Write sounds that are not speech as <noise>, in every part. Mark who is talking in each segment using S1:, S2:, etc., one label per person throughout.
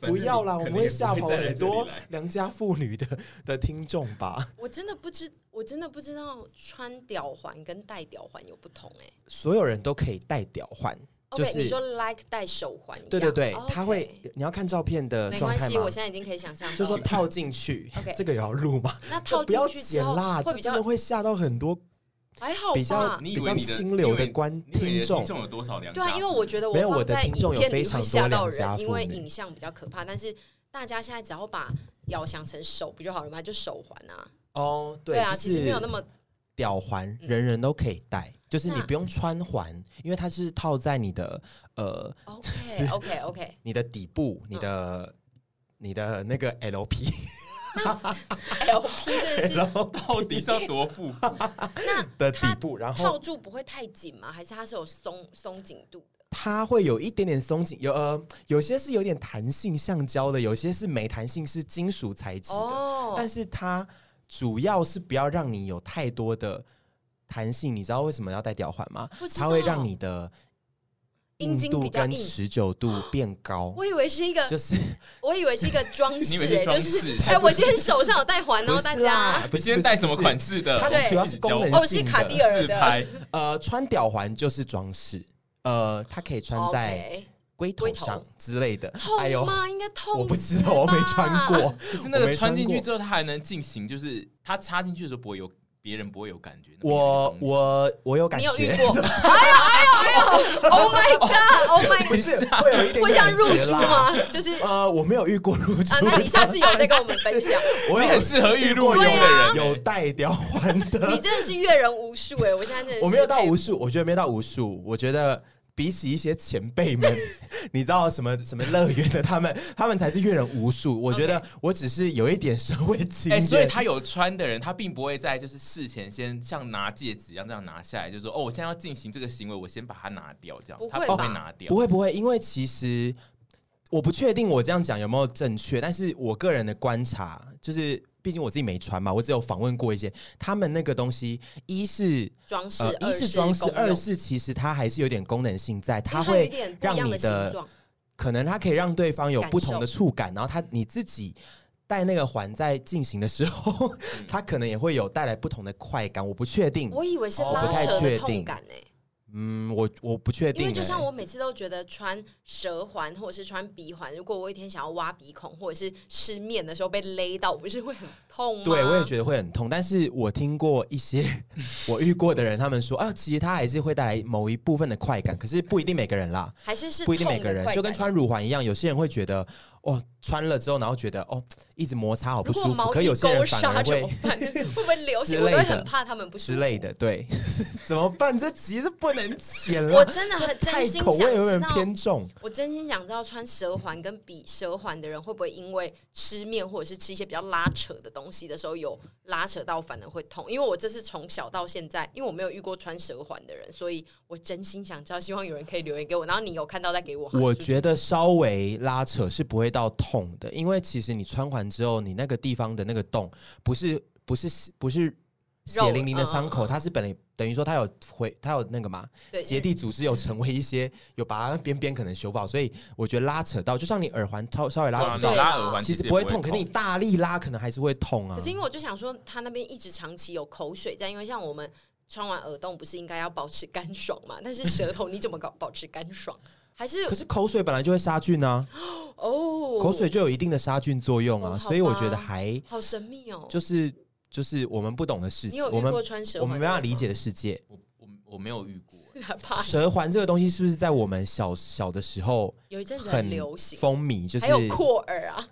S1: 不要啦，我们会吓跑很多
S2: 来
S1: 良家妇女的的听众吧。
S3: 我真的不知，我真的不知道穿吊环跟戴吊环有不同哎、
S1: 所有人都可以戴吊环，就
S3: OK，你哦
S1: 是
S3: 说 like 戴手环一样，
S1: 对对对，
S3: OK
S1: 他会你要看照片的
S3: 没
S1: 状
S3: 关
S1: 态
S3: 系，
S1: 吗
S3: 我？现在已经可以想象到
S1: 就说
S3: 了
S1: 套进去
S3: OK，
S1: 这个也要录吗？
S3: 那套
S1: 不要
S3: 进去之
S1: 剪
S3: 后
S1: 啦，
S3: 会
S1: 这
S3: 比
S1: 真
S3: 较
S1: 的会吓到很多
S3: 还好
S1: 比较
S3: 吧？
S2: 你
S1: 比
S2: 以
S1: 较
S2: 为你的
S1: 心流
S2: 你以为
S1: 的观
S2: 你以为你
S1: 听
S2: 的
S1: 众
S2: 听。众有多少良家
S3: 对啊，因为我觉得
S1: 没有我
S3: 放
S1: 的
S3: 在
S1: 听众有
S3: 影片
S1: 非
S3: 里
S1: 常
S3: 会
S1: 多
S3: 吓到
S1: 良家
S3: 人，因为
S1: 妇女
S3: 影像比较可怕。但是大家现在只要把吊想成手不就好了吗？就手环啊，
S1: 哦，
S3: 对啊，其实没有那
S1: 么
S3: 么嗯
S1: 吊环，人人都可以戴，就是你
S3: 那
S1: 不用穿环，因为它是套在你的呃
S3: OK OK
S1: <laughs>
S3: OK。
S1: 你的底部，你的你的那个 LP，
S3: LP 真的是
S2: <laughs> 到底是要多复古？
S1: 的
S3: 它
S1: 底部，然
S3: 套
S1: 后
S3: 住不会太紧吗？还是它是有松松紧度的？
S1: 它会有一点点松紧，有呃有些是有点弹性橡胶的，有些是没弹性，是金属材质的，
S3: 哦
S1: 但是它主要是不要让你有太多的弹性。你知道为什么要戴吊环吗
S3: 不？知道
S1: 它会让你的
S3: 阴
S1: 硬
S3: 茎
S1: 度
S3: 比较
S1: 跟
S3: 硬
S1: 持久度变高，
S3: <gasps> 我以为是一个，
S1: 就是
S3: 我以为是一个
S2: <laughs>
S3: 装
S2: 你以
S3: 饰
S2: 为是
S3: 哎，就
S2: 装
S3: 是
S2: 饰 <laughs>
S3: 哎，我今天手上有戴环
S1: 不
S3: 哦，
S1: 是啊
S3: 大
S1: 啦
S3: 家。
S1: 不
S2: 你
S1: 是
S2: 今天
S1: 不是
S2: 戴什么
S1: 不是
S2: 款式的？
S1: 它
S3: 对
S1: 是主要是功能
S3: 哦，是
S1: 性
S3: 卡地
S1: 的，
S3: 尔
S2: 自
S3: 的
S2: 拍，
S1: 呃，穿吊环就是装饰，呃，它可以穿在
S3: 哦 OK
S1: 龟头
S3: 龟头
S1: 上之类的。哎
S3: 痛
S1: 呦，
S3: 吗？应该痛。
S1: 我不知道，我没穿。过。
S2: 可是那
S1: 那个
S2: 个穿进
S1: 我没穿过
S2: 去之后，它还能进行，就是它插进去的时候不会有别人不会有感觉。
S1: 我
S2: 那边有东西
S1: 我我有感
S3: 你
S1: 觉，
S3: 有遇过？哎呦哎呦哎呦！Oh my god！Oh
S1: <laughs> 不
S3: my
S1: 是会有一点点
S3: 啊 god！会像入
S1: 感觉
S3: 猪
S1: 啦？
S3: 吗？
S1: <laughs>
S3: 就是啊，
S1: 呃，我没有遇过入猪，
S3: 那你下次有再跟我们分享。
S1: <laughs> 我
S2: 你
S1: 有
S2: 很适合预录啊
S1: 过
S2: 用的人，
S1: 有戴吊环
S3: 啊你
S1: 的，
S3: 真的是阅人无数哎！我现在真的
S1: <laughs>
S3: 是
S1: 我没有到
S3: 佩服
S1: 无数，我觉得没有到无数，我觉得。比起一些前辈们， <laughs> 你知道什么什么乐园的他们，他们才是阅人无数。我觉得我只是有一点社会经
S2: 哎、
S1: 验，
S2: 所以他有穿的人，他并不会在就是事前先像拿戒指一样这样拿下来，就说哦，我现在要进行这个行为，我先把它拿掉，这样
S3: 不
S2: 他
S3: 会
S2: 不
S3: 吧
S2: 会拿掉
S1: 不。会不会，因为其实我不确定我这样讲有没有正确，但是我个人的观察就是，毕竟我自己没穿嘛，我只有访问过一些他们那个东西，一是
S3: 装饰
S1: 呃，
S3: 二
S1: 一是装饰，
S3: 公用
S1: 二是其实它还是有点功能性在，它
S3: 因为有一
S1: 会
S3: 点不一
S1: 让
S3: 样
S1: 你
S3: 的形状。
S1: 可能它可以让对方有
S3: 感
S1: 不同的触感，然后它你自己。戴那个环在进行的时
S3: <laughs>
S1: 候，它可能也会有带来不同的快感，我不确定。
S3: 我以为是
S2: 哦
S3: 拉
S2: 不太
S3: 扯的
S1: 确
S3: 痛
S1: 定
S3: 感哎。
S1: 嗯，我我不确定欸、
S3: 因为就像我每次都觉得穿舌环或者是穿鼻环，如果我有一天想要挖鼻孔或者是吃面的时候被勒到，我不是会很痛吗？
S1: 对，我也觉得会很痛，但是我听过一些 <laughs> 我遇过的人，他们说，啊，其实它还是会带来某一部分的快感，可是不一定每个人啦，
S3: 还是是
S1: 不一定
S3: 痛
S1: 每个
S3: 的
S1: 人
S3: 快，
S1: 就跟
S3: 感
S1: 穿乳环一样，有些人会觉得，哦，穿了之后，然后觉得，哦，一直摩擦好不
S3: 如果
S1: 舒服，
S3: 毛
S1: 可有
S3: 一
S1: 些
S3: 勾
S1: 人反
S3: 纱
S1: 而
S3: 怎
S1: 会
S3: 么办？ <laughs> 会不会流血？
S1: 之
S3: 我都会
S1: 类的
S3: 很怕他们不舒
S1: 之
S3: 服
S1: 类。的，对， <laughs> 怎么办？这其实不能剪了，
S3: 我真的很
S1: 太
S3: 真心
S1: 口
S3: 想
S1: 味有
S3: 知
S1: 点
S3: 道，
S1: 偏重，
S3: 我真心想知道穿舌环跟比舌环的人会不会因为吃面或者是吃一些比较拉扯的东西的时候有拉扯到反而会痛？因为我这是从小到现在，因为我没有遇过穿舌环的人，所以我真心想知道，希望有人可以留言给我，然后你有看到再给我。
S1: 我
S3: 得
S1: 觉得稍微拉扯是不会到痛的，因为其实你穿环之后，你那个地方的那个洞不是不是不是血淋淋的伤口，
S3: 嗯嗯嗯
S1: 它是本来等于说它有回它有那个嘛
S3: 对
S1: 结缔组织有成为一些有把它边边可能修复好，所以我觉得拉扯到，就像你耳环稍稍微拉扯
S3: 嗯
S2: 对啊
S1: 到
S2: 你，拉耳环
S1: 其
S2: 实
S1: 实
S2: 也
S1: 不
S2: 会
S1: 会痛，可是你大力拉可能还是会痛啊
S3: 可是。因为我就想说，他那边一直长期有口水在，因为像我们穿完耳洞不是应该要保持干爽嘛？但是舌头你怎么搞保持干爽？还是
S1: 可是口水本来就会杀菌啊，
S3: 哦，
S1: 口水就有一定的杀菌作用啊，
S3: 哦好吧
S1: 所以我觉得还
S3: 好神秘哦。
S1: 就是就是我们不懂的事
S3: 你
S1: 情
S3: 有，
S1: 我
S3: 遇
S1: 们
S3: 过穿舌
S1: 我
S3: 环的人吗？
S1: 们没办法理
S3: <laughs>
S1: 解的世界。
S2: 我我我没有遇过，
S3: 怕
S1: 蛇环这个东西是不是在我们小小的时候
S3: 有一阵子
S1: 很
S3: 很流行，
S1: 风靡？就是
S3: 还有扩耳啊，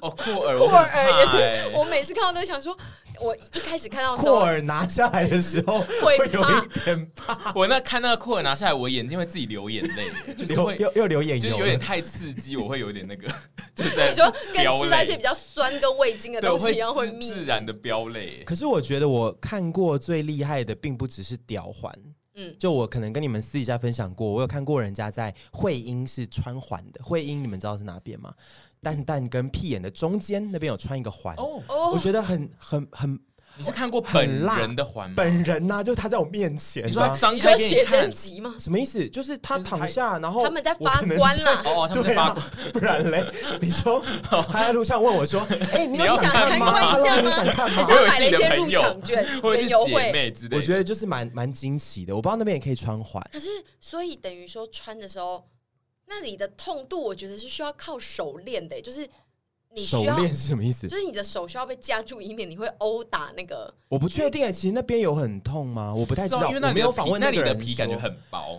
S2: 哦， <laughs> 扩耳，我
S3: 扩
S2: 很
S3: 耳也
S2: 怕
S1: 哎
S3: 是，
S2: 欸
S3: 我每次看到都想说，
S1: <laughs>
S3: 我一开始看到的时
S1: 扩
S3: 候
S1: 耳拿下来的时候会
S3: 啊 <laughs> 会
S1: 有
S3: 怕
S1: 一点怕，
S2: 我那看那个扩耳拿下来，我眼睛会自己流眼泪，欸就是
S1: 流
S2: 会
S1: 又又流眼
S2: 就是
S1: 油
S2: 有点
S1: 了。
S2: 太刺激，我会有点那个，就是在
S3: 你说跟
S2: 飙
S3: 吃到一
S2: 泪
S3: 些比较酸跟味精的
S2: 对，我
S3: 东西
S2: 会
S3: 一样会
S2: 自
S3: 密
S2: 自然的飙泪。欸
S1: 可是我觉得我看过最厉害的，并不只是吊环。
S3: 嗯
S1: 就我可能跟你们私底下分享过，我有看过人家在会阴是穿环的。会阴你们知道是哪边吗？蛋蛋跟屁眼的中间那边有穿一个环，
S2: 哦，
S3: 哦
S1: 我觉得很很很
S2: 你是看过本
S1: 很辣
S2: 人的环吗？
S1: 本人呐、就他在我面前啊，
S2: 你说他张
S3: 你
S2: 开
S3: 说
S2: 给你
S3: 写
S2: 看
S3: 真，集吗？
S1: 什么意思？就是他躺下，然后
S3: 他们在
S1: 哦我
S3: 发
S1: 可能
S3: 官
S1: 在
S3: 啦，
S2: 哦，他们在
S1: <laughs> 对
S2: 发
S1: 啊
S2: 光，
S1: 不然嘞，
S2: <laughs>
S1: 你说他在路上问我说：“哎、你
S2: 你要
S1: 有
S3: 想参
S1: 看吗？
S3: 观一下
S1: 你
S3: 吗？
S1: 想看
S3: 还
S1: 吗
S3: 是他买了一些入场券
S2: <laughs> 或者
S3: 园
S2: 是
S3: 游
S2: 姐
S3: 会？
S2: 妹之？”类的。
S1: 我觉得就是蛮蛮惊奇的，我不知道那边也可以穿环。
S3: 可是，所以等于说穿的时候，那里的痛度，我觉得是需要靠手练的，就是你
S1: 手
S3: 需要，
S1: 链是什么意思
S3: 就？是你的手需要被架住，以免你会殴打那个。
S1: 我不确定哎、其实那边有很痛吗？我不太知道，
S2: 因为那
S1: 我
S2: 里
S1: 没
S2: 的
S1: 有
S2: 皮
S1: 访问
S2: 那里
S1: 个
S2: 的
S1: 人
S2: 皮感觉
S1: 说，
S2: 很薄，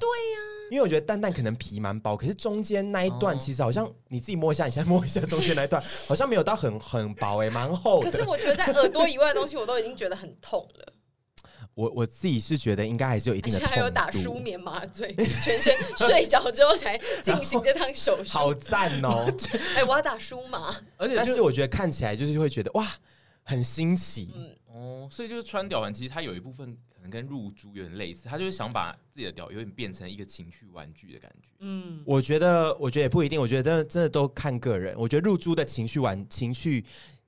S1: 因为我觉得蛋蛋可能皮蛮薄，可是中间那一段
S2: 哦
S1: 其实好像你自己摸一下，你先摸一下中间那一段，好像没有到很很薄哎、蛮厚
S3: 可
S1: 的。
S3: 是我觉得在耳朵以外的东西，我都已经觉得很痛了，
S1: 我我自己是觉得应该还是有一
S3: 而
S1: 定
S3: 且
S1: 的痛
S3: 还有打
S1: 度
S3: 舒眠麻醉，全身睡着之后
S1: <laughs>
S3: 才进行这趟手术。
S1: 好赞哦、
S3: 哎、我要打舒麻，
S2: 而且
S1: 但
S2: 就是
S1: 我觉得看起来就是会觉得哇，很新奇。
S3: 嗯，
S2: 哦，所以就是穿吊环，其实它有一部分可能跟入珠有点类似，它就是想把自己的吊有点变成一个情趣玩具的感觉。
S3: 嗯，
S1: 我觉得，我觉得也不一定。我觉得真的真的都看个人。我觉得入珠的情绪玩情绪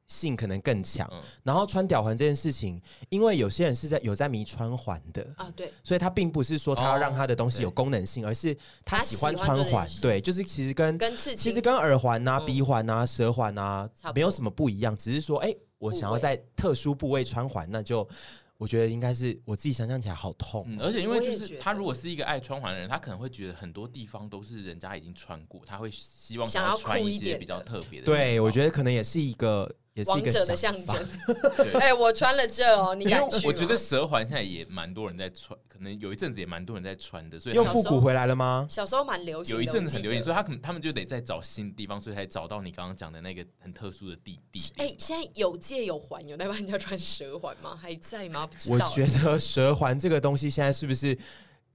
S1: 性可能更强。
S2: 嗯
S1: 然后穿吊环这件事情，因为有些人是在有在迷穿环的，
S3: 啊，对，
S1: 所以他并不是说他要让他的东西有功能性，而是他喜欢穿
S3: 他喜欢
S1: 环
S3: 这件。事
S1: 对，就是其实跟
S3: 跟刺
S1: 其
S3: 青
S1: 实跟耳环呐、
S3: 嗯
S1: 鼻环呐、舌环呐
S3: 差不多
S1: 没有什么不一样，只是说，哎、我想要在特殊部位穿环，那就我觉得应该是我自己想象起来好痛。
S2: 嗯，而且因为就
S3: 我也觉
S2: 是
S3: 得
S2: 他如果是一个爱穿环的人，他可能会觉得很多地方都是人家已经穿过，他会希望
S3: 想要
S2: 要穿
S3: 酷
S2: 一
S3: 一点
S2: 些
S3: 的
S2: 比较特别的地方。
S1: 对，我觉得可能也是一个，也是一
S3: 王
S1: 个
S3: 者的象
S1: 想法
S3: 征。
S2: 对
S3: 哎、我穿了这哦， <laughs> 你
S2: 因为
S3: 敢去吗？
S2: 我觉得蛇环现在也蛮多人在穿，可能有一阵子也蛮多人在穿的，所以
S1: 又
S2: 像
S1: 复古回来了吗？
S3: 小时候蛮流行
S2: 有
S3: 的，
S2: 一阵子很流行，
S3: 我记
S2: 所
S3: 得。
S2: 以他可能他们就得再找新地方，所以才找到你刚刚讲的那个很特殊的地地
S3: 哎、
S2: 点。
S3: 现在有戒有环，有在帮人家穿蛇环吗？还在吗？不知
S1: 我
S3: 道。啊
S1: 觉得蛇环这个东西现在是不是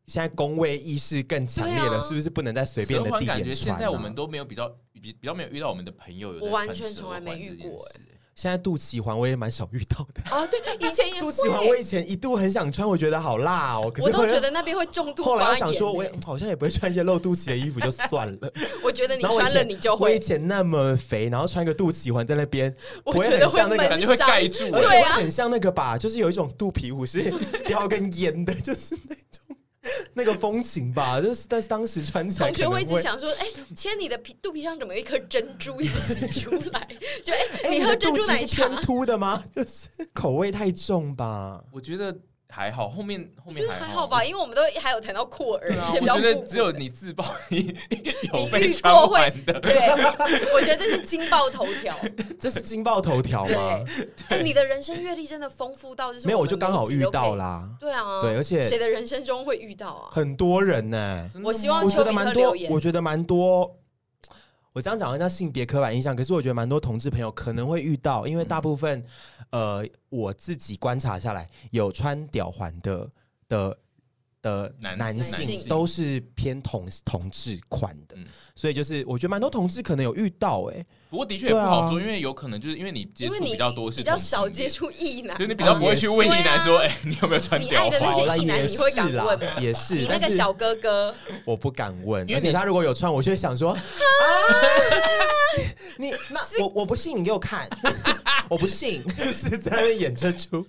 S1: 现在工位意识更强烈
S3: 对
S1: 了？
S3: 啊
S1: 是不是不能在随便的
S2: 蛇
S1: 地
S2: 环
S1: 点穿、啊？
S2: 感觉现在我们都没有比较比比较没有遇到我们的朋友有在
S3: 我完
S2: 穿
S3: 全
S2: 蛇
S3: 从来没
S2: 环
S3: 遇
S2: 这件
S3: 过
S2: 事
S1: 现在肚脐环我也蛮少遇到的。
S3: 啊，对，以前
S1: <laughs>
S3: 也
S1: 肚
S3: 会，
S1: 脐环我以前一度很想穿，我觉得好辣哦，可
S3: 我
S1: 是
S3: 都觉得那边会重度
S1: 后来
S3: 发
S1: 我
S3: 炎。
S1: 想说，我也好像也不会穿一些露肚脐的衣服，就算了。
S3: 我觉 <laughs> 得你
S1: 然后我以
S3: 穿
S1: 前
S3: 了你就
S1: 我以
S3: 会，
S1: 前那么肥，然后穿个肚脐环在那边，
S3: <laughs> 哎我
S1: 不会
S3: 觉得
S1: 很像那
S3: 闷
S2: 感
S1: 个
S3: 伤，
S2: 觉会盖住
S1: 而且
S3: 对
S1: 会
S3: 啊，
S1: 很像那个吧，就是有一种肚皮舞是 <laughs> 叼根烟的，就是那种那个风情吧，就是但是当时穿起来
S3: 同
S1: 可
S3: 学
S1: 能
S3: 会
S1: 会
S3: 一直想说，哎、牵你的皮肚皮上怎么有一颗珍珠一直挤出
S2: <laughs>
S3: 来？就哎、
S1: 哎
S3: 你
S1: 的
S3: 喝珍
S1: 肚
S3: 珠
S1: 脐
S3: 奶
S1: 是
S3: 茶
S1: 偏凸的吗？就是口味太重吧。
S2: 我觉得还好，后面后
S3: 我
S2: 面
S3: 觉得
S2: 还
S3: 还好吧，。因为我们都还有谈到酷儿，
S2: 对啊
S3: 而且
S2: 我
S3: 比较
S2: 觉得
S3: 复古
S2: 只有
S3: 的
S2: 你自曝你
S3: <laughs>
S2: 有
S3: 你
S2: 被
S3: 遇
S2: 穿
S3: 过会
S2: 环的，
S3: 对，我觉得这是惊爆头条。
S1: 这是惊爆头条吗？
S3: 哎、你的人生阅历真的丰富到就是
S1: 没有，
S3: 我
S1: 我
S3: 们
S1: 就刚好
S3: 每一集
S1: 遇
S3: 都可以
S1: 到。啦。
S3: 对啊，
S1: 对而且
S3: 谁的人生中会遇到啊？
S1: 很多人呢、
S2: 真的
S3: 我
S2: 吗
S3: 希望
S1: 我觉
S3: 丘比
S1: 得
S3: 特
S1: 蛮
S3: 留
S1: 多
S3: 言，，
S1: 我觉得蛮多。我这样讲，人家性别刻板印象，可是我觉得蛮多同志朋友可能会遇到，因为大部
S3: 嗯
S1: 分，呃，我自己观察下来，有穿吊环的的的
S2: 男
S1: 男
S3: 男
S1: 性
S3: 性
S1: 都是偏同同志款的
S2: 嗯，
S1: 所以就是我觉得蛮多同志可能有遇到、欸，
S2: 不过的确也不好
S1: 啊
S2: 说，因为有可能就是因为你接
S3: 因
S2: 触
S3: 为你
S2: 比较多是
S3: 比较
S2: 同性
S3: 少
S2: 恋
S3: 接，触异男
S2: 所以，你比较
S1: 哦
S2: 不会去问一男说，
S3: 对啊
S2: 哎，你有没有穿
S3: 你
S2: 吊
S3: 爱的那
S1: 好
S3: 些
S2: 环？
S1: 了，
S3: 异男
S1: 也
S3: 你会敢
S1: 是啦
S3: 问吗，
S1: 也是，
S3: 你那
S1: 但
S3: 个
S1: 是
S3: 小哥哥，
S1: 我不敢问
S2: 因，为
S1: 而且
S2: 你
S1: 他如果有穿，我就会
S3: <laughs>
S1: 想说，啊，你那我我不信，你给我
S3: <laughs>
S1: 看，我不信，就是在那边演这出，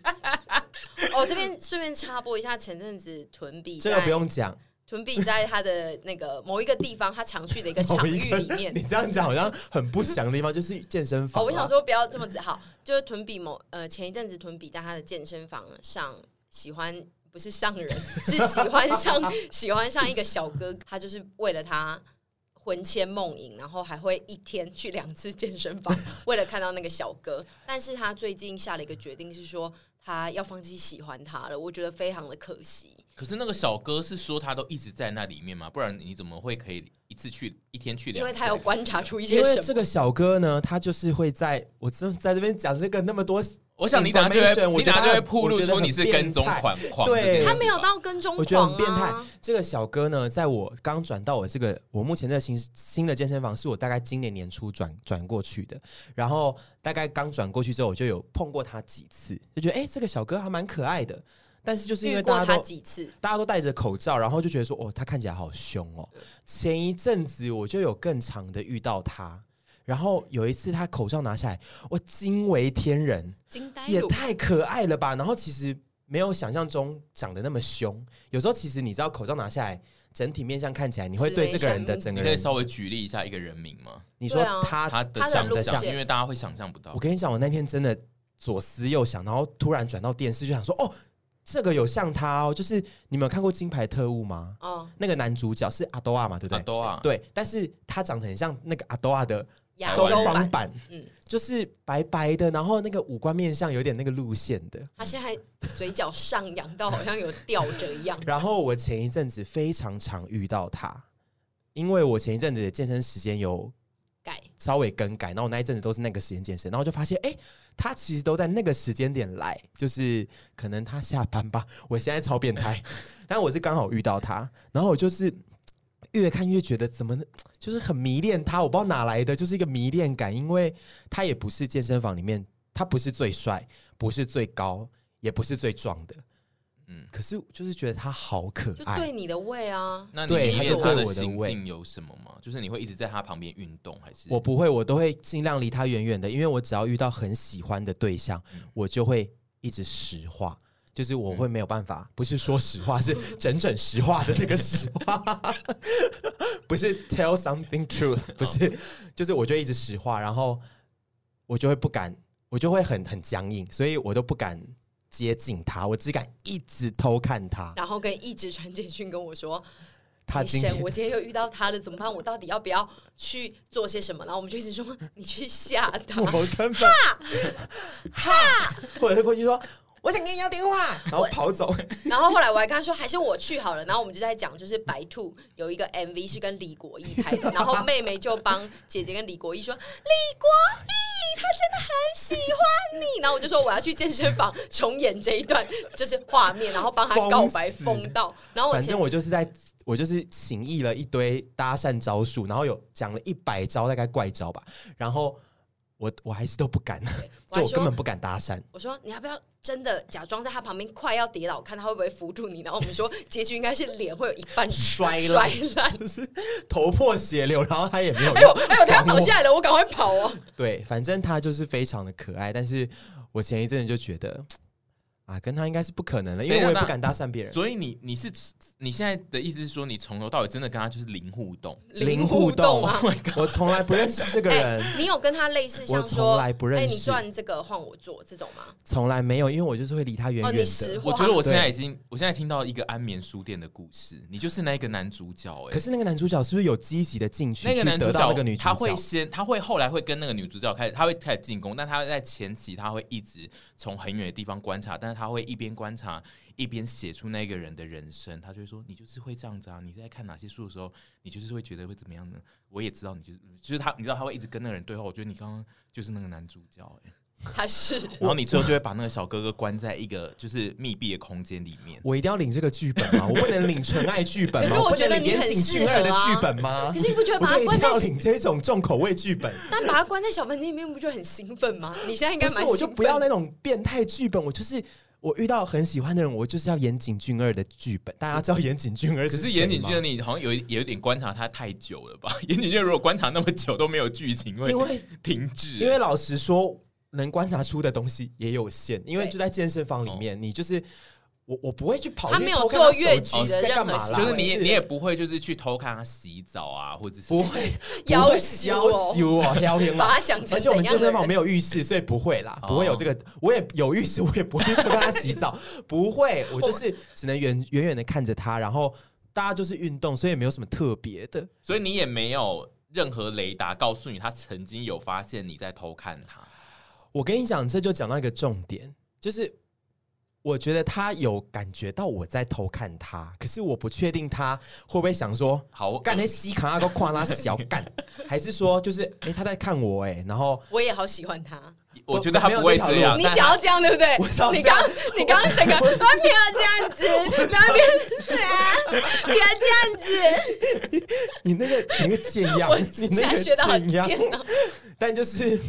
S3: 哦，这边顺便插播一下，前阵子屯比
S1: 这个
S3: 在
S1: 不用讲。 <laughs>
S3: 屯比在他的那个某一个地方，他常去的一个
S1: 某
S3: 场
S1: 一
S3: 域
S1: 个 <laughs>
S3: 里面
S1: 你，这样讲好像很不祥的地方，就是健身房
S3: 哦，
S1: 啊。
S3: 我想说不要这么子好，就是屯比某呃前一阵子屯比在他的健身房上喜欢不是上人，是喜欢上喜欢上一个小哥哥，他就是为了他魂牵梦萦，然后还会一天去两次健身房，为了看到那个小哥。但是他最近下了一个决定，是说他要放弃喜欢他了，我觉得非常的可惜。
S2: 可是那个小哥是说他都一直在那里面嘛，不然你怎么会可以一次去一天去两次？
S3: 因为他有观察出一
S1: 因
S3: 些
S1: 为
S3: 什
S1: 这
S3: 么。
S1: 个小哥呢，他就是会在我真在这边讲这个那么多，
S2: 我想你等下就
S1: information，
S2: 会，
S1: 我
S2: 你
S1: 觉
S2: 等
S1: 得
S2: 下就会
S1: 很
S2: 铺路
S1: 我觉得
S2: 说
S1: 很
S2: 你是跟踪
S1: 变态
S2: 狂狂
S1: 对
S2: 这件事吧，
S3: 他没有到跟踪狂、啊，
S1: 我觉得很变态。这个小哥呢，在我刚转到我这个我目前这个新新的健身房，是我大概今年年初转转过去的。然后大概刚转过去之后，我就有碰过他几次，就觉得哎、诶这个小哥还蛮可爱的。但是就是因
S3: 遇
S1: 为
S3: 过
S1: 大家
S3: 他
S1: 都
S3: 几次，
S1: 大家都戴着口罩，然后就觉得说哦，他看起来好凶哦。前一阵子我就有更长的遇到他，然后有一次他口罩拿下来，我惊为天人，
S3: 惊呆
S1: 也
S3: 乳
S1: 太可爱了吧！然后其实没有想象中长得那么凶，有时候其实你知道口罩拿下来，整体面相看起来，你会对这个人的整
S2: 你
S1: 个
S2: 可以
S1: 人，
S2: 稍微举例一下一个人名吗？
S1: 你说
S3: 对啊
S1: 他，
S2: 他的
S3: 他的
S2: 长
S1: 路
S2: 相，
S3: 线
S2: 因为大家会想象不到
S1: 我。跟你讲，我那天真的左思右想，然后突然转到电视，就想说，哦，这个有像他哦，就是你们有看过《金牌特务》吗？
S3: 哦，
S1: 那个男主角是阿多啊嘛，对不
S2: 阿
S1: 对？
S2: 多啊，
S1: 对，但是他长得很像那个阿多啊的
S3: 亚
S1: 东
S3: 洲
S2: 台湾
S1: 方
S3: 版，
S1: 版，
S3: 嗯，
S1: 就是白白的，然后那个五官面相有点那个路线的。，
S3: 他现在嘴角上扬到好像有吊着一样
S1: 然后我前一阵子非常常遇到他，因为我前一阵子的健身时间有
S3: 改
S1: 稍微更改，然后我那一阵子都是那个时间健身，然后就发现，哎，他其实都在那个时间点来，就是可能他下班吧。我现在超变态，但我是刚好遇到他，然后我就是越看越觉得怎么，就是很迷恋他，我不知道哪来的，就是一个迷恋感，因为他也不是健身房里面，他不是最帅，不是最高，也不是最壮的。嗯
S2: 嗯，
S1: 可是就是觉得他好可
S3: 就
S1: 爱，
S3: 对你的胃啊，
S2: 那你
S1: 哎对
S2: 迷
S1: 他
S2: 恋
S1: 就
S2: 他
S1: 对
S2: 的
S1: 我的
S2: 行
S1: 胃
S2: 径有什么吗？就是你会一直在他旁边运动，还是
S1: 我不会，我都会尽量离他远远的，因为我只要遇到很喜欢的对象，我就会一直实话，就是我会没有办法，不是说实话，是整整实话的那个实话， <laughs> 不是 tell something truth，不是，就是我就一直实话，然后我就会不敢，我就会很很僵硬，所以我都不敢接近他，我只敢一直偷看他。
S3: 然后跟一直传简讯跟我说，
S1: 他
S3: 医
S1: 今
S3: 生，
S1: 天
S3: 我今天又遇到他了，怎么办？我到底要不要去做些什么？然后我们就一直说你去吓他，
S1: 我根本哈或者是过去说我想跟你要电话，然后跑走。
S3: <laughs> 然后后来我还跟他说，还是我去好了。然后我们就在讲，就是白兔有一个 MV 是跟李国毅拍的，然后妹妹就帮姐姐跟李国毅说，李国毅他真的很喜欢你。然后我就说我要去健身房重演这一段，就是画面，然后帮他告白
S1: 疯死
S3: 疯到。然后我
S1: 反
S3: 前
S1: 正 <laughs> 我就是在，我就是请意了一堆搭讪招数，然后有讲了一百招，大概怪招吧。然后我我还是都不敢，就
S3: 对我还
S1: 我根
S3: 说
S1: 本不敢搭讪。 <laughs>
S3: 我说你要不要真的假装在他旁边快要跌倒，看他会不会扶住你？然后我们说结局应该是脸会有一半
S1: 摔
S3: 摔
S1: 烂
S3: 烂。
S1: 就是头破血流，然后他也没有用。
S3: 哎呦哎呦，他要倒下来了，我赶快跑
S1: <laughs>
S3: 哦！
S1: 对，反正他就是非常的可爱。但是我前一阵子就觉得，啊，跟他应该是不可能了，因为我
S2: 等一
S1: 也
S2: 下
S1: 不敢搭讪别人。
S2: 所以你你是你现在的意思是说，你从头到尾真的跟他就是零互动？
S1: 零
S3: 互
S1: 互动
S3: 啊！
S1: 我从来不认识这个人。
S3: 哎你有跟他类似
S1: 我
S3: 像
S1: 从
S3: 说，哎
S1: 来、不认
S3: 你
S1: 识，
S3: 赚这个换我做这种吗？
S1: 从来没有，因为我就是会离他远
S3: 哦，
S1: 远
S3: 你
S1: 的
S3: 实。
S2: 我
S3: 话，
S2: 觉得我现在
S1: 对
S2: 已经，我现在听到一个安眠书店的故事，你就是那一个男主角哎、
S1: 可是那个男主角是不是有积极的进去
S2: 那
S1: 去
S2: 个男主
S1: 得
S2: 角，
S1: 到那个女主
S2: 他会
S1: 角？
S2: 先，他会后来会跟那个女主角开始，他会开始进攻，但他在前期他会一直从很远的地方观察，但是他会一边观察一边写出那个人的人生，他就会说你就是会这样子啊，你在看哪些书的时候，你就是会觉得会怎么样呢？我也知道你就是就是他，你知道他会一直跟那个人对话，我觉得你刚刚就是那个男主角、欸，
S3: 他
S1: <laughs>
S3: 是
S1: 啊
S2: 然后你最后就会把那个小哥哥关在一个就是密闭的空间里面。
S1: 我一定要领这个剧本吗？我不能领纯爱剧本吗？
S3: 可是我
S1: 不
S3: 觉
S1: 能
S3: 得
S1: 领
S3: 你
S1: 言
S3: 很
S1: 情
S3: 适
S1: 剧二的
S3: 合啊
S1: 剧本吗
S3: 可？是你不觉得
S1: 我
S3: 把
S1: 就
S3: 他
S1: 一
S3: 关
S1: 定
S3: 在
S1: 要，领这种重口味剧本。
S3: <laughs> 但把他关在小房间里面，不就很兴奋吗？你现在应该
S1: 不是，
S3: 蛮
S1: 我就
S3: 兴
S1: 不要
S3: 奋
S1: 那
S3: 的。
S1: 种变态剧本，我就是。我遇到很喜欢的人，我就是要岩井俊二的剧本。大家知道岩井俊二
S2: 可
S1: 是
S2: 是
S1: 谁
S2: 岩井俊二，
S1: 吗，
S2: 你好像有一有一点观察他太久了吧？ <laughs> 岩井俊二如果观察那么久都没有剧情，会
S1: 因为
S2: <laughs> 停滞、
S1: 因为老实说，能观察出的东西也有限，因为
S3: 对
S1: 就在健身房
S2: 哦
S1: 里面，你就是我，我不会去跑
S3: 他
S1: 去
S3: 没有
S1: 偷看他
S3: 做越
S1: 手机
S3: 级的
S1: 在干
S3: 任何
S1: 嘛啦
S3: 行为
S2: 就是你也你也不会就是去偷看他洗澡啊，或者是
S3: <laughs>
S1: 不会
S3: 要
S1: 死
S3: 死哦
S1: 要死我，要天
S3: 把
S1: 啦！
S3: 他想成
S1: 而且我
S3: 怎
S1: 们
S3: 样
S1: 健
S3: 的
S1: 身房没
S3: 人？
S1: 有浴室，所以不会啦，
S2: 哦
S1: 不会有这个。我也有浴室，我也不会去帮他洗澡，不会。我就是只能远远远的看着他，然后大家就是运动，所以也没有什么特别的。
S2: 所以你也没有任何雷达告诉你他曾经有发现你在偷看他。
S1: 我跟你讲，这就讲到一个重点，就是我觉得他有感觉到我在偷看他，可是我不确定他会不会想说。
S2: 好，我
S1: 干那西卡那个夸他小
S3: <laughs>
S1: 干，还是说就是哎、诶他在看我哎、诶然后
S3: 我也好喜欢他。
S2: 我觉得他不会这样。
S1: 没
S3: 你
S2: 但
S3: 想要这样对不对
S1: 我想？要
S3: 你
S1: 这样
S3: 刚你刚刚
S1: <laughs>
S3: 整个啊不要这样子，不要别不要这样子，
S1: 你那
S3: <laughs>
S1: 个 <laughs> 你那个贱样
S3: 我，
S1: 你
S3: 现
S1: 那
S3: 在
S1: 个
S3: 学到很哦
S1: 贱样，
S3: 贱啊了。
S1: 但就是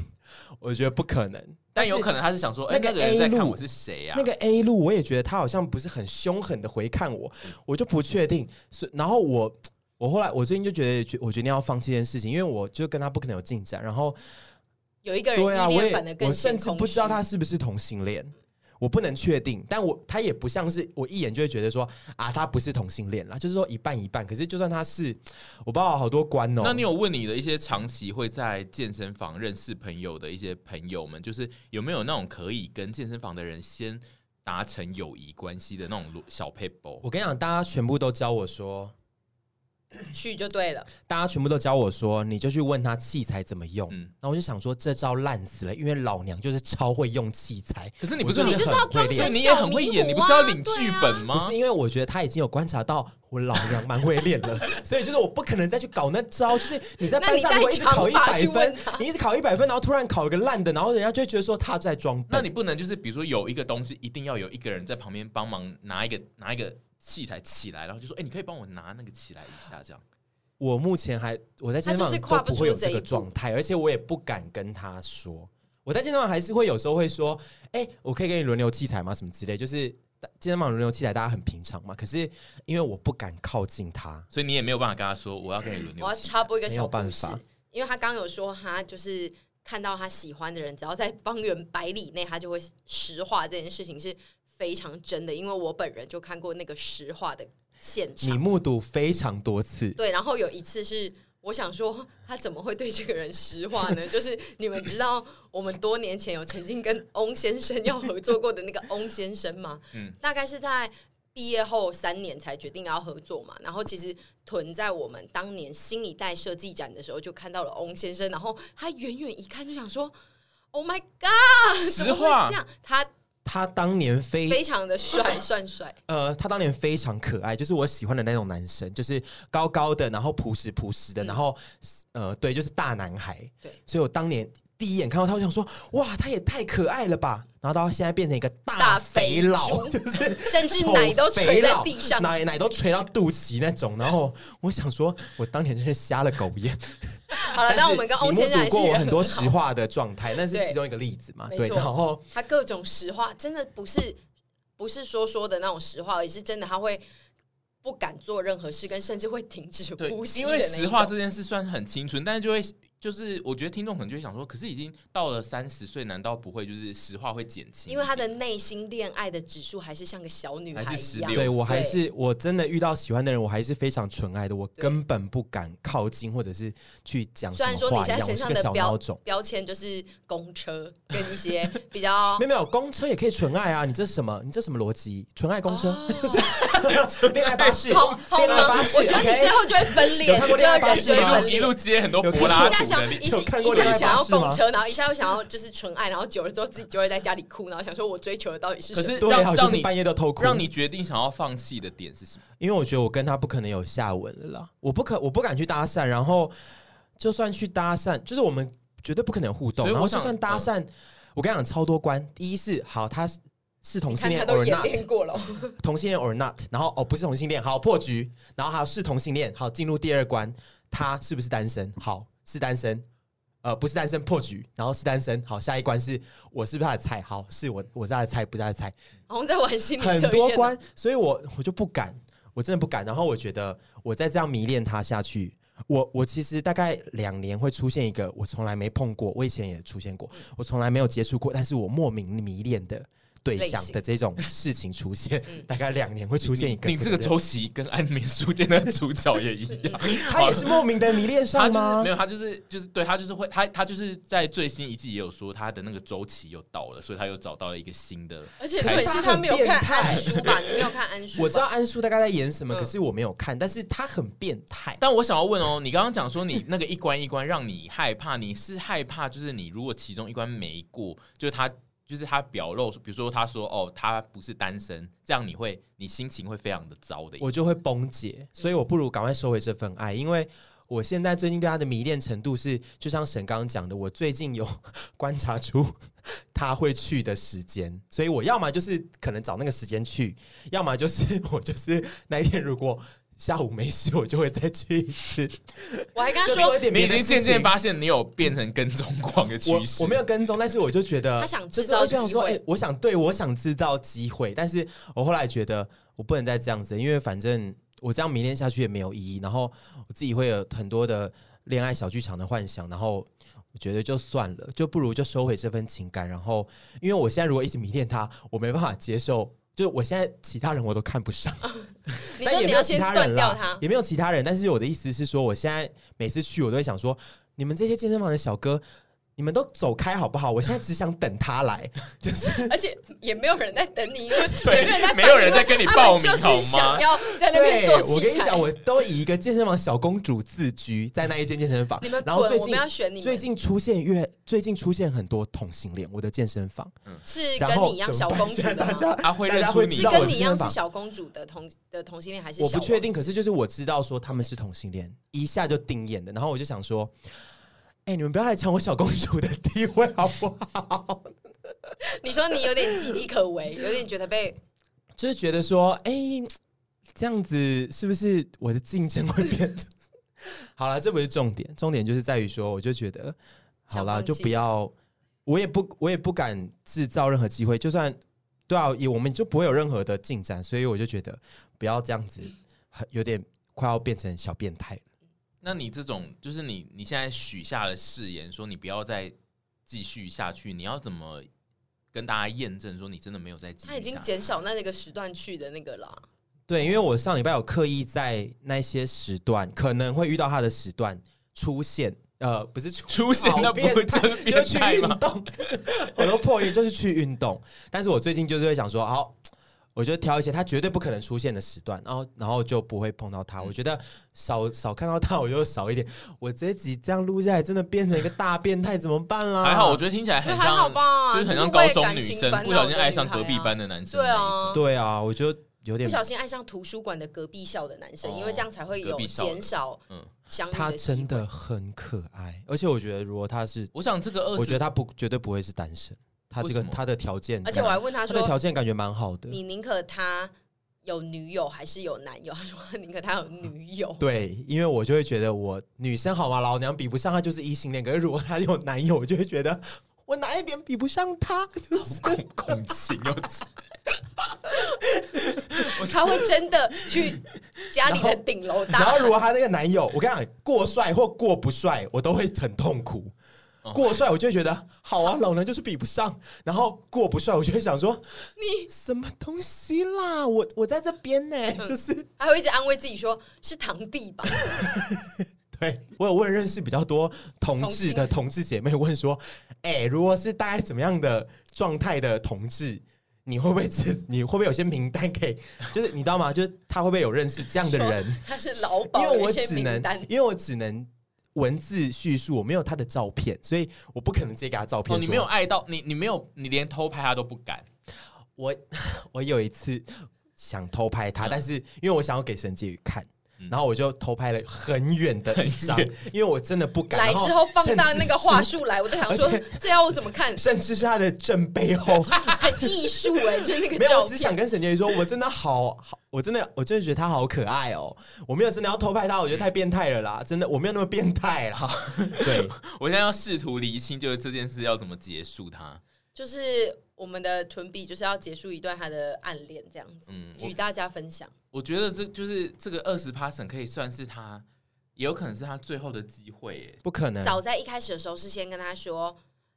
S1: 我觉得不可能，
S2: 但有
S1: 是
S3: 啊
S2: 可能他是想说，哎、
S1: 那个
S2: 那个人在
S1: A
S2: 看
S1: 路
S2: 我是谁啊呀、
S1: 那个 A 路，我也觉得他好像不是很凶狠的回看我，我就不确定。所以然后我我后来我最近就觉得，决我决定要放弃这件事情，因为我就跟他不可能有进展。然后
S3: 有一个人
S1: 对啊，
S3: 依
S1: 我
S3: 恋反而
S1: 也
S3: 更
S1: 我甚
S3: 显
S1: 至不知道
S3: 空虚
S1: 他是不是同性恋，我不能确定。但我他也不像是我一眼就会觉得说啊，他不是同性恋啦，就是说一半一半。可是就算他是，我不知道好多关哦。
S2: 那你有问你的一些长期会在健身房认识朋友的一些朋友们，就是有没有那种可以跟健身房的人先达成友谊关系的那种小 paper？
S1: 我跟你讲，大家全部都教我说，
S3: 去就对了。
S1: 大家全部都教我说，你就去问他器材怎么用。
S2: 嗯，
S1: 然后我就想说，这招烂死了，因为老娘就是超会用器材。
S2: 可是你不是
S1: 我
S2: 很
S1: 真的
S3: 你就是
S1: 很
S3: 要装
S1: 会
S3: 成
S1: 练
S2: 你也
S3: 小
S2: 很会
S3: 迷
S2: 演，
S3: 糊
S2: 你不是要
S3: 啊
S2: 领
S3: 对
S2: 剧
S3: 啊
S2: 本吗？
S1: 不是因为我觉得他已经有观察到我老娘蛮会练了，
S3: <laughs>
S1: 所以就是我不可能再去搞那招。就是你在班上
S3: 那
S1: 如
S3: 你带
S1: 果一直考一
S3: 长发
S1: 百
S3: 去问
S1: 分，你一直考一百分，然后突然考一个烂的，然后人家就会觉得说他在装
S2: 那
S1: 笨。
S2: 你不能就是比如说有一个东西，一定要有一个人在旁边帮忙拿一个拿一个器材起来，然后就说：“哎、你可以帮我拿那个起来一下。”这样
S1: 我目前还我在健身
S3: 他就是
S1: 房
S3: 跨
S1: 都
S3: 不
S1: 不
S3: 出
S1: 会
S3: 这一
S1: 有这
S3: 步
S1: 个状态，而且我也不敢跟他说。我在健身房还是会有时候会说，哎、我可以给你轮流器材吗？什么之类，就是健身房轮流器材大家很平常嘛。可是因为我不敢靠近他，
S2: 所以你也没有办法跟他说：“我要跟你轮流。”
S3: <laughs> 我要插播一个
S1: 没
S3: 小
S1: 有
S3: 故
S1: 办
S3: 事
S1: 法，
S3: 因为他刚有说他就是看到他喜欢的人，只要在方圆百里内，他就会石化这件事情是非常真的，因为我本人就看过那个石化的现
S1: 你
S3: 场。
S1: 目睹非常多次。
S3: 对，然后有一次是。我想说，他怎么会对这个人石化
S1: <laughs>
S3: 呢？就是你们知道，我们多年前有曾经跟翁先生要合作过的那个翁先生吗？
S2: 嗯
S3: 大概是在毕业后三年才决定要合作嘛。然后其实屯在我们当年新一代设计展的时候就看到了翁先生，然后他远远一看就想说：“Oh my god！” 怎
S2: 实
S3: 么会
S2: 话
S3: 这，样，他
S1: 他当年非
S3: 非常的帅，算帅。
S1: 呃，他当年非常可爱，就是我喜欢的那种男生，就是高高的，然后朴实朴实的，
S3: 嗯
S1: 然后呃，对，就是大男孩。
S3: 对，
S1: 所以我当年第一眼看到他，我想说，哇，他也太可爱了吧！然后到现在变成一个
S3: 大
S1: 大
S3: 肥
S1: 肥佬，
S3: 猪
S1: <laughs> 就是
S3: <laughs> 甚至奶都垂在地
S1: 丑肥
S3: 上
S1: 佬，奶奶都垂到肚脐那种。然后我想说，我当年真是瞎了狗眼。
S3: 好了，但我们跟翁
S1: 你
S3: 先
S1: 目
S3: 生还
S1: 睹
S3: 是
S1: 过我
S3: 人
S1: 很多
S3: 好
S1: 实话的状态，那是
S3: 对
S1: 其中一个例子嘛。
S3: 没
S1: 对，
S3: 错
S1: 然后
S3: 他各种实话，真的不是不是说说的那种实话，而是真的他会不敢做任何事，跟甚至会停止
S2: 对
S3: 呼，吸
S2: 因
S3: 的那
S2: 为
S3: 一种。
S2: 实话这件事算很青春，但是就会就是我觉得听众可能就会想说：“可是已经到了三十岁，难道不会就是实话会减轻？”
S3: 因为他的内心恋爱的指数还是像个小女孩
S2: 还是
S3: 一样
S2: 16。
S1: 对
S2: 有
S1: 我还
S3: 对
S1: 是我真的遇到喜欢的人，我还是非常纯爱的，我
S3: 对
S1: 根本不敢靠近或者是去讲什
S3: 虽
S1: 么
S3: 然说你
S1: 话一
S3: 现在
S1: 样，我
S3: 身
S1: 是
S3: 上
S1: 个
S3: 的
S1: 小
S3: 标
S1: 孬种。
S3: 标签就是
S1: <laughs>
S3: 公车跟一些比较
S1: 没有没有，公车也可以纯爱啊！你这是什么？你这什么逻辑？纯爱公车、 <laughs> 恋爱巴士、
S3: 哦 <laughs> 好好
S1: 恋爱巴士
S3: 我觉得你最
S1: ，OK？
S3: 后就会分裂，
S1: 有看
S3: 你就
S1: 过
S3: 会
S1: 恋爱巴
S3: 人
S1: 士
S3: 就
S2: 一
S3: 会
S1: 吗
S2: 路
S3: 分
S2: 一
S3: 裂。
S2: 路接很多
S1: 有
S2: 柏
S1: 看
S2: 拉图的
S1: 过
S3: 一下 <laughs> 想，
S2: 例
S3: 一
S1: 有
S3: 下
S1: 看
S3: 一
S1: 过恋
S3: 下
S1: 爱
S3: 想
S1: 巴
S3: 要
S1: 士吗
S3: 公车，然后一下又想要就是纯爱，然后久了之后自己就会在家里哭，然后想说我追求的到底是
S2: 可
S3: 什
S2: 是
S3: 么？
S1: 对啊，
S2: 让
S1: 我
S2: 让
S1: 就
S2: 你
S1: 是半夜都偷哭，
S2: 让你决定想要放弃的点是什么？
S1: 因为我觉得我跟他不可能有下文了啦，我不可我不敢去搭讪，然后就算去搭讪，就是我们绝对不可能互动，
S2: 所以我
S1: 然后就
S2: 想嗯
S1: 算搭讪，我跟你讲超多关，第一是好他是是同性
S3: 看
S1: 恋
S3: 他
S1: or
S3: 都演
S1: not，
S3: 练过 <laughs> 了，
S1: 同性恋 or not，然后哦不是同性恋，好破局，然后还有是同性恋，好进入第二关，他是不是单身？好是单身，呃不是单身破局，然后是单身，好下一关是我是不是他的菜？好是我我是他的菜，不是他的菜，
S3: 然后在玩心理测
S1: <laughs> 很
S3: 验了。
S1: 多关，所以我我就不敢，我真的不敢。然后我觉得我再这样迷恋他下去，我我其实大概两年会出现一个我从来没碰过，我以前也出现
S2: 嗯
S1: 过，我从来没有接触过，但是我莫名迷恋的。对
S3: 类
S1: 象
S3: 型
S1: 的这种事情
S2: <laughs>
S1: 出现
S3: 嗯，
S1: 大概两年会出现一个。
S2: 你这个周期跟《安眠书店》的主角也一样，
S1: <laughs> 他也是莫名的迷恋
S2: 他
S1: 上
S2: 就是
S1: 吗
S2: 没？有，他就是就是对他就是会他他就是在最新一季也有说他的那个周期又到了，所以他又找到了一个新的。
S3: 而且
S1: 开
S3: 可
S1: 始
S3: 是他没有看
S1: 他很变态 <laughs>
S3: 安叔吧？你没有看安叔吧？
S1: 我知道安叔大概在演什么，
S3: 嗯
S1: 可是我没有看，但是他很变态。
S2: 但我想要问哦，你刚刚讲说你那个一关一关让你害怕，你是害怕就是你如果其中一关没过，就是他就是他表露，比如说他说哦他不是单身，这样你会你心情会非常的糟的。
S1: 我就会崩解，所以我不如赶快收回这份爱，因为我现在最近对他的迷恋程度是，就像沈刚刚讲的，我最近有观察出他会去的时间，所以我要么就是可能找那个时间去，要么就是我就是那一天如果下午没事，我就会再去一次，
S3: 我还跟他
S1: 就
S3: 说
S1: 做一点
S2: 你
S1: 别
S2: 已
S1: 的
S2: 经
S1: 事
S2: 渐渐
S1: 情。
S2: 发现你有变成跟踪狂的趋
S1: 我
S2: 势。
S1: 我没有跟踪，但是我就觉得
S3: 他想
S1: 就
S3: 制
S1: 是我
S3: 造
S1: 就想
S3: 机
S1: 说，哎、
S3: 会，
S1: 我想对我想制造机会，但是我后来觉得我不能再这样子，因为反正我这样迷恋下去也没有意义。然后我自己会有很多的恋爱小剧场的幻想，然后我觉得就算了，就不如就收回这份情感。然后，因为我现在如果一直迷恋他，我没办法接受。就我现在其他人我都看不上，
S3: 你
S1: 但
S3: 说
S1: 也
S3: 你
S1: 没
S3: 要
S1: 有其
S3: 先
S1: 他
S3: 断
S1: 人
S3: 掉
S1: 啦，
S3: 它，
S1: 也没有其他人。但是我的意思是说，我现在每次去，我都会想说，你们这些健身房的小哥，你们都走开好不好？我现在只想等他来，就是
S3: 而且也没有人在等你，因
S1: <laughs>
S3: 为
S2: 对
S3: 也没有人在，
S2: 没有人在跟你报名
S3: 他们
S2: 好
S3: 就是
S2: 吗
S3: 想要在 <laughs> 那边
S1: 对
S3: 做。
S1: 我
S3: 器
S1: 跟你
S3: 材。
S1: 讲，我都以一个健身房小公主自居在那一间健身房
S3: 你们，
S1: 然后
S3: 滚
S1: 最
S3: 我
S1: 近
S3: 们要选你
S1: 最
S3: 们，
S1: 近出现越最近出现很多同性恋，我的健身房，
S3: 是
S1: 然
S3: 跟
S1: 后
S3: 你一样
S1: 怎么
S3: 小
S1: 办
S3: 公主
S1: 现在
S3: 的
S1: 大
S3: 吗？
S1: 家
S2: 他会
S1: 大
S2: 认
S1: 家
S2: 出
S1: 会
S2: 你
S1: 知
S3: 是
S1: 道我
S3: 跟
S1: 的
S3: 你一
S1: 健
S3: 样
S1: 身
S3: 是
S1: 房。
S3: 小公主的同的同性恋还是
S1: 我
S3: 小
S1: 不
S3: 王
S1: 确定，可是就是我知道说他们是同性恋，一下就定眼的，然后我就想说，哎、你们不要来抢我小公主的地位好不好？
S3: 你说你有点岌岌可危，有点觉得被
S1: 就是觉得说，哎、这样子是不是我的竞争会变？ <laughs> 好了，这不是重点，重点就是在于说，我就觉得好啦，
S3: 想放弃
S1: 就不要，我也不，我也不敢制造任何机会，就算对啊，也我们就不会有任何的进展，所以我就觉得不要这样子，很有点快要变成小变态了。
S2: 那你这种就是你你现在许下了誓言，说你不要再继续下去，你要怎么跟大家验证说你真的没有再继续？
S3: 他已经减少那那个时段去的那个了。
S1: 对，因为我上礼拜有刻意在那些时段可能会遇到他的时段出现，呃，不是出
S2: 出现，
S1: 好
S2: 那不
S1: 变
S2: 会
S1: 态
S2: 就是
S1: 就
S2: 变
S1: 去
S2: 态
S1: 运
S2: 吗？
S1: 动，我都破音，就是去运动。但是我最近就是会想说，好，我就挑一些他绝对不可能出现的时段，然后然后就不会碰到
S2: 嗯
S1: 他。我觉得少少看到他，我就少一点。我这一集这样录下来，真的变成一个大变态，怎么办啊啦？
S2: 还好，我觉得听起来
S3: 还
S2: 很
S3: 好
S2: 像，
S3: 吧，
S2: 就是很像
S3: 为
S2: 高中
S3: 感
S2: 女
S3: 情
S2: 生
S3: 烦
S2: 不
S3: 恼
S2: 小心
S3: 的
S2: 爱
S3: 女
S2: 上隔
S3: 孩
S2: 壁
S3: 啊
S2: 班的男生
S3: 对
S2: 的那一
S3: 啊
S2: 种。
S1: 对啊，我就有
S3: 不
S1: 点
S3: 小心爱上图书馆的隔壁校的男生，因为这样才
S2: 嗯
S3: 会
S2: 哦隔
S3: 有
S2: 壁校的
S3: 减少
S2: 嗯
S3: 相遇
S1: 他
S3: 的机
S1: 真
S3: 会。
S1: 的很可爱，而且我觉得如果他是，
S2: 我想这个二
S1: 我觉
S2: 十
S1: 得他不绝对不会是单身，他这
S2: 为
S1: 个
S2: 什么
S1: 他的条件，
S3: 而且我还问他
S1: 他的
S3: 说
S1: 条件感觉蛮好：“的。
S3: 你宁可他有女友还是有男友？”他说：“宁可他有女
S2: <laughs>
S3: 友。
S1: 对，因为我就会觉得我女生好吗？老娘比不上她就是异性恋。可是如果她有男友，我就会觉得我哪一点比不上她？就
S2: <laughs>
S1: 是
S2: 恐恐情要讲，”
S3: 他会真的去家里的顶楼
S2: <laughs>
S1: <laughs> 然
S3: 搭
S1: 后如果她那个男友，我跟你讲，过帅或过不帅，我都会很痛苦
S2: 哦。
S1: 过帅，我就会觉得好啊，老娘就是比不上；然后过不帅，我就会想说
S3: 你，嗯
S1: 什么东西啦？我我在这边呢、就是
S3: 还会一直安慰自己说：“是堂弟吧 <laughs>
S1: 对我有问认识比较多同志的同志姐妹，问说，哎、如果是大概怎么样的状态的同志，你会不会知？你会不会有些名单可以？就是你知道吗？就是他会不会有认识这样的人？？”
S3: <laughs> 他是劳
S1: 因
S3: 保
S1: 为
S3: 有
S1: 我
S3: 一些
S1: 只
S3: 名
S1: 能
S3: 单，，
S1: 因为我只能文字叙述，我没有他的照片，所以我不可能直接给他照片
S2: 哦，
S1: 说。
S2: 你没有爱到你，你没有，你连偷拍他都不敢。
S1: 我 <laughs> 我有一次想偷拍他，
S2: 嗯
S1: 但是因为我想要给沈婕妤看。
S2: 嗯
S1: 然后我就偷拍了很远的一张
S2: 很，
S1: 因为我真的不敢。
S3: 来
S1: 然
S3: 之后放大
S1: 甚至
S3: 那个话术来，我都想说
S1: 而且
S3: 这要我怎
S1: <laughs>
S3: 么看？
S1: 甚至是他的正背
S3: <laughs>
S1: 后。
S3: 很艺术哎，就是那个
S1: 没有，
S3: 照
S1: 我只想
S3: 片。
S1: 跟沈婕妤说，我真的好好，我真的，我真的觉得她好可爱哦。我没有真的要偷拍她，我觉得太变态了啦，真的，我没有那么变态
S3: <laughs>
S1: 啦。对，
S2: 我现在要试图厘清，就是这件事要怎么结束它。
S3: 就是我们的屯比就是要结束一段他的暗恋这样子，
S2: 嗯，我
S3: 与大家分享。
S2: 我觉得这就是这个二十 p a s s 可以算是他，也有可能是他最后的机会耶。
S1: 不可能，
S3: 早在一开始的时候是先跟他说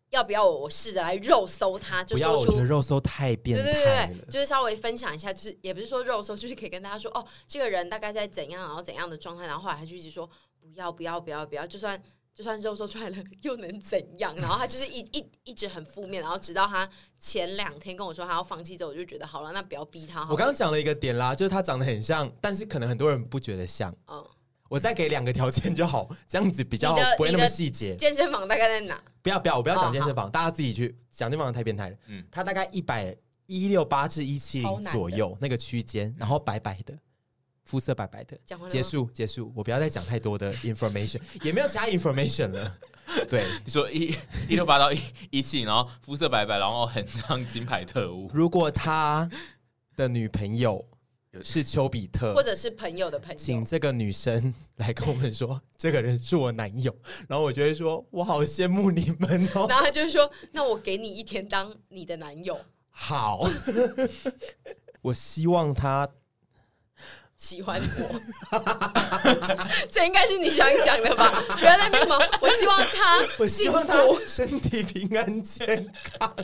S3: 要不要我，我试着来肉搜他，就
S1: 不要，
S3: 说
S1: 我觉得
S3: 出。
S1: 肉搜太变
S3: 对对
S1: 态
S3: 对
S1: 了，。
S3: 就是稍微分享一下，就是也不是说肉搜， <laughs> 就是可以跟大家说哦，这个人大概在怎样，然后怎样的状态，然后后来他就一直说不要不要不要不要，就算就算肉搜出来了又能怎样？然后他就是一 <laughs> 一一直很负面，然后直到他前两天跟我说他要放弃之后，我就觉得好了，那不要逼他好了。
S1: 我刚刚讲了一个点啦，就是她长得很像，但是可能很多人不觉得像。
S3: 嗯，
S1: 我再给两个条件就好，这样子比较
S3: 你的
S1: 不会那
S3: 你
S1: 么
S3: 的
S1: 细节。
S3: 健身房大概在哪？
S1: 不要不要，我不要
S3: 哦
S1: 讲健身房，大家自己去讲健身房太变态了。
S2: 嗯
S1: 嗯，它大概一百一六八至一七
S3: 超
S1: 零
S3: 难的
S1: 左右那个区间，然后白白的，肤色白白的。
S3: 讲完了
S1: 结
S3: 吗
S1: 束结束，我不要再讲太多的 information，也没 <laughs> 有其他 information
S3: <laughs>
S1: 了。对，
S2: 你说一 <laughs> 一六八到一一七，然后肤色白白，然后很像金牌特务，
S1: 如果他的女朋友
S2: 有
S1: 是丘比特
S3: 或，者是朋友的朋友
S1: 呃请。这个女生来跟我们说，这个人是我男友，然后我就会说，我好羡慕你们哦。
S3: 然后他就说：“ <laughs> 那我给你一天当你
S1: <laughs>
S3: 的男友。
S1: 好，我希望他
S3: 喜欢我， <laughs> 这应该是你想讲的吧？不要再那边忙，我希望他
S1: 我希
S3: 幸
S1: 望他
S3: 福。
S1: 身体平安健康、